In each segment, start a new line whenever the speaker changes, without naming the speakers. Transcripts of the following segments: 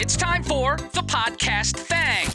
It's time for the podcast thing.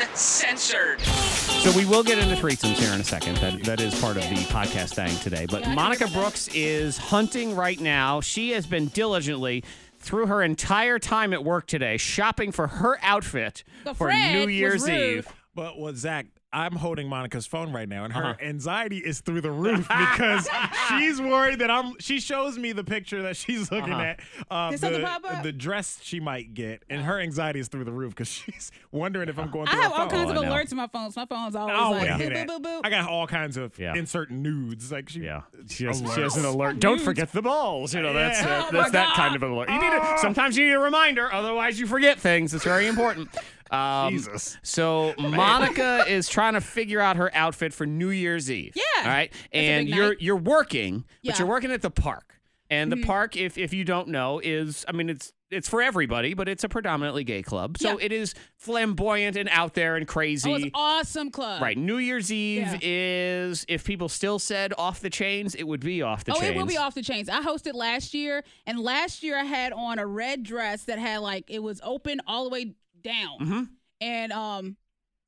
Uncensored.
So we will get into threesomes here in a second. That that is part of the podcast thing today. But Monica Brooks is hunting right now. She has been diligently through her entire time at work today shopping for her outfit
But
for
Fred
New
was
Year's
rude.
Eve.
But well, Zach, I'm holding Monica's phone right now, and
Uh-huh.
her anxiety is through the roof because she's worried that I'm. She shows me the picture that she's looking
Uh-huh.
at, uh,
Did something pop
the,
up?
the dress she might get, and her anxiety is through the roof because she's wondering if I'm going
I
through
have
her
all
phone.
kinds of
I know.
alerts in my phones. My phone's always
I
like
don't want to
boop,
hear that.
boop, boop, boop.
I got all kinds of
Yeah.
insert nudes. Like she,
Yeah, she
she
has, she has an
alerts.
alert.
Mm.
Don't forget the balls. You know that's
Yeah.
uh,
Oh my
that's that
God. Oh.
kind of an alert. You need a, sometimes you need a reminder, otherwise you forget things. It's very important. Um,
Jesus.
So Monica is trying to figure out her outfit for New Year's Eve.
Yeah.
All right.
a
And
big
you're
night.
you're working, but
Yeah. Mm-hmm.
you're working at the park. And the park, if if you don't know, is I mean it's it's for everybody, but it's a predominantly gay club. So
Yeah.
it is flamboyant and out there and crazy.
Oh, it's awesome club.
Right. New Year's Eve
Yeah.
is if people still said off the chains, it would be off the
Oh,
chains.
it will be off the chains. I hosted last year, and last year I had on a red dress that had like it was open all the way down,
Mhm.
and um,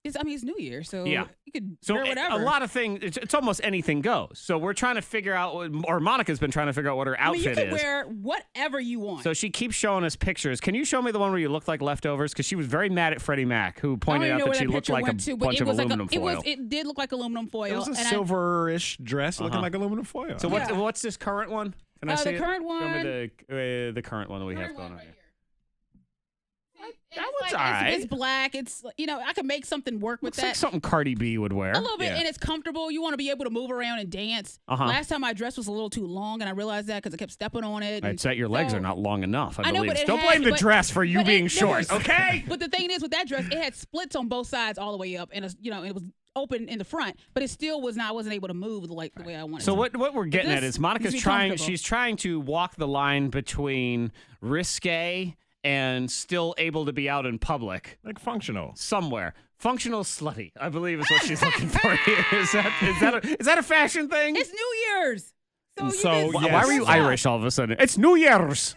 it's I mean it's New Year, so
Yeah.
you could
So eh,
wear
a-
whatever.
a lot of things. It's, it's almost anything goes. So we're trying to figure out, what, or Monica's been trying to figure out what her
I mean, you
outfit
could
is.
wear whatever you want.
so she keeps showing us pictures. Can you show me the one where you looked like leftovers? Because she was very mad at Freddie Mac, who pointed
I
out
don't even know
that
where
she looked
picture
like a
went to, but
bunch
it
of
was like
aluminum
a,
foil.
It was. It did look like aluminum foil.
It was a
and I- uh,
silverish dress looking like aluminum foil.
Uh-huh. so what's
Yeah.
what's this current one? Can I
Uh, the
see it?
current
Show
one-
me the uh, the current one that we have going on here. That one's all
it's,
right.
it's black. It's you know I could make something work with
Looks
that.
like something Cardi B would wear.
A little bit,
Yeah.
and it's comfortable. You want to be able to move around and dance.
Uh-huh.
Last time my dress was a little too long, and I realized that because I kept stepping on it.
I'd
and
say your legs
so-
are not long enough. I,
I know,
believe.
but it
Don't
had-
blame the
but-
dress for you
but it-
being
there
short,
was-
okay?
But the thing is, with that dress, it had splits on both sides all the way up, and a, you know, it was open in the front, but it still was not. I wasn't able to move the, like the way I wanted.
So
to.
what what we're getting at
this
is Monica's
needs to be
trying.
comfortable.
She's trying to walk the line between risque and still able to be out in public
like functional.
somewhere. Functional slutty, I believe, is what she's looking for here. Is that is that a, is that a fashion thing?
It's New Year's, so, you
So,
can
why-
Why- Why
see
yes.
were you
what's up.
Irish all of a sudden? It's New Year's.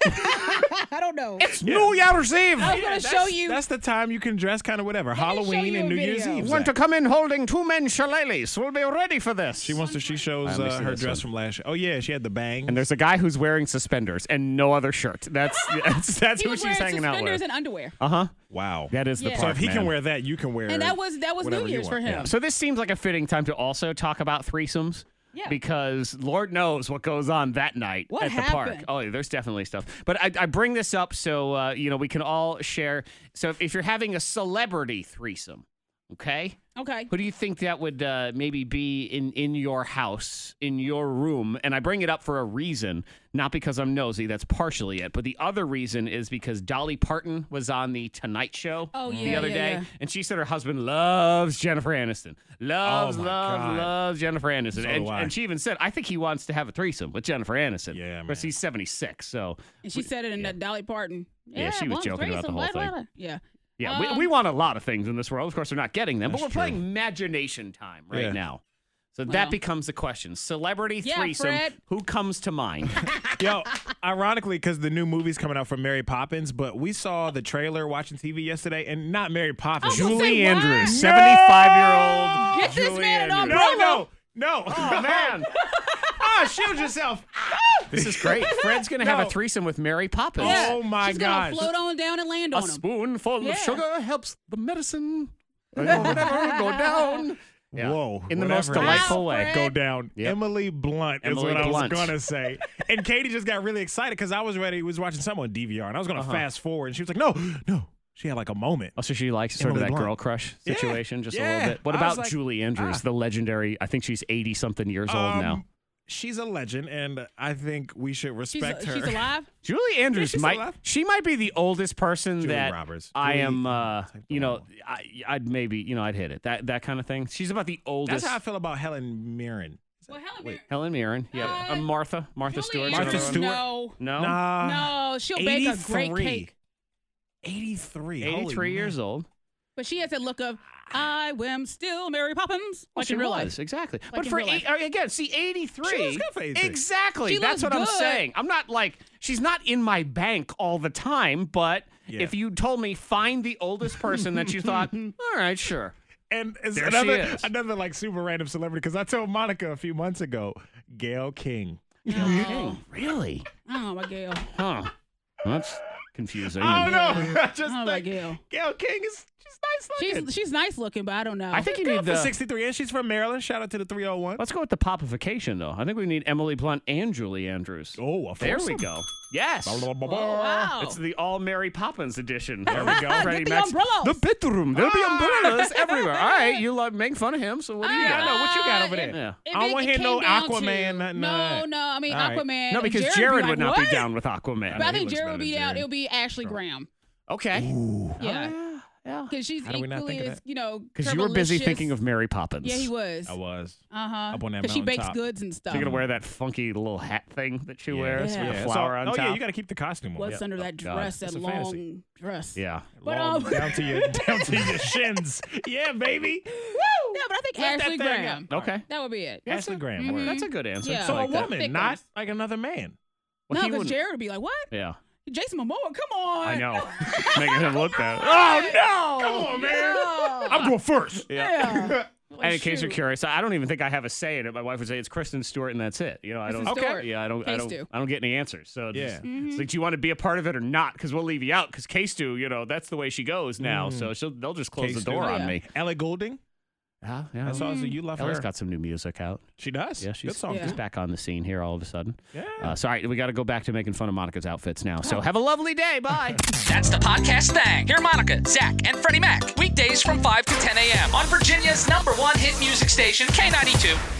I don't know.
It's New Year's Eve.
I was gonna show you.
That's the time you can dress kind of whatever.
me show
Halloween
you
and
a
New Year's
video.
Eve.
Want to
Zach.
come in holding two men shillelaghs? We'll be ready for this.
She wants to. She shows
Let me see
uh, her
this
dress
one.
from last. year. Oh yeah, she had the bang.
and there's a guy who's wearing suspenders and no other shirt. That's that's, that's
he
who
was
she's
wearing
hanging out
suspenders
with.
and underwear,
Uh huh.
wow.
That is the part.
Yeah.
so if he can wear that, you can wear.
and that was that was New
whatever you
Year's for
want,
him.
yeah.
So this seems like a fitting time to also talk about threesomes.
Yeah.
Because Lord knows what goes on that night
What
at the park.
happened?
Oh, yeah, there's definitely stuff. But I, I bring this up so uh, you know we can all share. So if, if you're having a celebrity threesome, okay,
Okay.
who do you think that would uh, maybe be in in your house, in your room? And I bring it up for a reason, not because I'm nosy. That's partially it. But the other reason is because Dolly Parton was on the Tonight Show
Oh,
the
yeah,
other
yeah,
day,
yeah.
and she said her husband loves Jennifer Aniston, loves,
Oh, my
loves,
God.
loves Jennifer Aniston,
So
and,
do I.
and she even said, I think he wants to have a threesome with Jennifer Aniston.
Yeah,
of course
man.
he's 76, so
And she said it in that Dolly Parton.
Yeah, she was
one
joking about the
threesome,
whole
blah,
thing.
blah, blah. Yeah.
yeah,
Um,
we, we want a lot of things in this world. Of course, we're not getting them, but we're
That's
playing
true.
imagination time right
Yeah.
now. So that
Well.
becomes the question: celebrity
Yeah,
threesome.
Fred.
Who comes to mind?
Yo, ironically, because the new movie's coming out from Mary Poppins, but we saw the trailer watching TV yesterday, and not Mary Poppins.
I was gonna say, why?
Andrews, seventy-five-year-old.
Get this
Julie
man an
Andrews.
umbrella.
No, no, no. Oh
man. Oh,
ah, shield yourself.
This is great. Fred's gonna have
No.
a threesome with Mary Poppins.
Yeah.
Oh my
She's
gosh.
gonna float on down and land
A
on him.
spoonful
Yeah.
of sugar helps the medicine. or whatever go down. Yeah.
Whoa.
In the most
whatever it is.
delightful way.
Wow,
go down.
Yep.
Emily Blunt is
Emily
what
Blunt.
I was gonna say. and Katie just got really excited because I was ready, was watching something on DVR, and I was
Uh-huh.
gonna fast forward, and she was like, "No, no." She had like a moment.
Oh, so she likes sort
Emily
of that
Blunt.
girl crush
Yeah,
situation just a
yeah.
little bit. What
I was
about
like,
Julie Andrews,
ah.
the legendary? I think she's eighty something years old now.
Um, She's a legend, and I think we should
She's,
respect her.
she's alive.
Julie Andrews
she's
might
alive.
she might be the oldest person
Julie
that
Roberts.
I
Julie-
am uh,
Type the
you know
wrong
I, I'd maybe you know I'd hit it that that kind of thing. She's about the oldest.
That's how I feel about Helen Mirren.
Well, Helen
Wait.
Helen Mirren, yeah,
Uh,
uh, Martha Martha Stewart.
Martha
another one.
Stewart.
No,
No,
Nah,
no, she'll bake a great
83.
cake.
83. Holy
eighty-three years
man.
old.
But she has that look of I am still Mary Poppins.
Well,
like
she
in real
was
life.
exactly,
Like
but
in
for
real
eight,
life.
uh, again, see, eighty-three.
She looks good for 83.
Exactly,
She
that's
looks
what I'm
good.
saying. I'm not like she's not in my bank all the time, but
Yeah.
If you told me find the oldest person that you thought, all right, sure.
And it's
There she
another
is.
another like super random celebrity because I told Monica a few months ago, Gail King.
Oh, really?
Oh my Gail.
Huh. That's confusing.
I don't know. I just
Oh, my
think
Gail.
Gail King is she's nice looking.
She's she's nice looking, but I don't know.
I think you
Girl
need
for
the.
63 and she's from Maryland. Shout out to the 301.
Let's go with the popification, though. I think we need Emily Blunt and Julie Andrews.
Oh, a
there we
foursome.
go. Yes.
Blah, blah, blah,
Oh,
blah.
wow.
It's the all Mary Poppins edition. There we go.
Get the umbrellas.
The bedroom. There'll be
Ah.
umbrellas everywhere. All right, you love make fun of him. So what do you
Yeah, I
Uh,
got?
know. What you got over there?
Yeah.
If
I don't
it
wanna hear
came
no
down
Aquaman,
to-
nothing
No,
like that.
no. I mean
All right.
Aquaman.
No,
and
because Jared,
like,
would not
"What?"
be down with Aquaman.
But I
he
think
looks
Jared
better
would
than
be out.
Jared.
It'll be Ashley Graham.
Okay. Oh,
Yeah,
Yeah. Yeah.
because she's
How do we not
equally
think of
as
that?
you know.
Because you were busy
curvilicious.
thinking of Mary Poppins.
Yeah, he was.
I was.
Uh huh.
Up on that
she bakes
mountaintop.
goods and stuff.
You're gonna wear that funky little hat thing that she wears
Yeah.
with
it's
the
all-
flower on
oh,
top.
yeah, you got to keep the costume on.
What's
Yeah.
under that
God.
dress? That
It's a fantasy.
long dress.
yeah.
But
Long
um,
down to your down to your shins. Yeah, baby.
Yeah, but I think
Lift that
Ashley
thing
Graham.
up. All right.
Okay.
That would be it.
Ashley Graham.
Mhm.
word.
That's a good answer.
Yeah.
I
So
like
a
that.
woman,
Thick
not
ones.
like another man.
Well,
no,
he
because
wouldn't-
Jared would be like, "What?
Yeah.
Jason Momoa? Come on!" Oh,
I know. Making him look bad.
no! Come on, man.
Yeah.
I'm going first.
yeah.
And in case you're
Shoot.
curious, I don't even think I have a say in it. My wife would say it's Kristen Stewart, and that's it. You know, I
Kristen
don't.
Stewart.
Yeah, I don't. I
Case
don't.
Stew. Mm-hmm.
I don't get any answers. So it's
Yeah.
just- it's like, do you want to be a part of it or not? Because we'll leave you out. Because Case Stew, you know, that's the way she goes now. So she'll, they'll just close
Mm. Case
the door
Stew.
on
Yeah.
me.
Ellie Goulding.
Yeah, yeah.
I saw as a you love
Ellie's
her.
got some new music out.
she does.
Yeah, she's,
good song.
she's
Yeah.
back on the scene here all of a sudden.
Yeah.
Uh, so, all right, we got to go back to making fun of Monica's outfits now.
Oh.
So, have a lovely day. Bye.
That's the podcast thing. Hear Monica, Zach, and Freddie Mac weekdays from 5 to 10 a.m. on Virginia's number one hit music station, K92.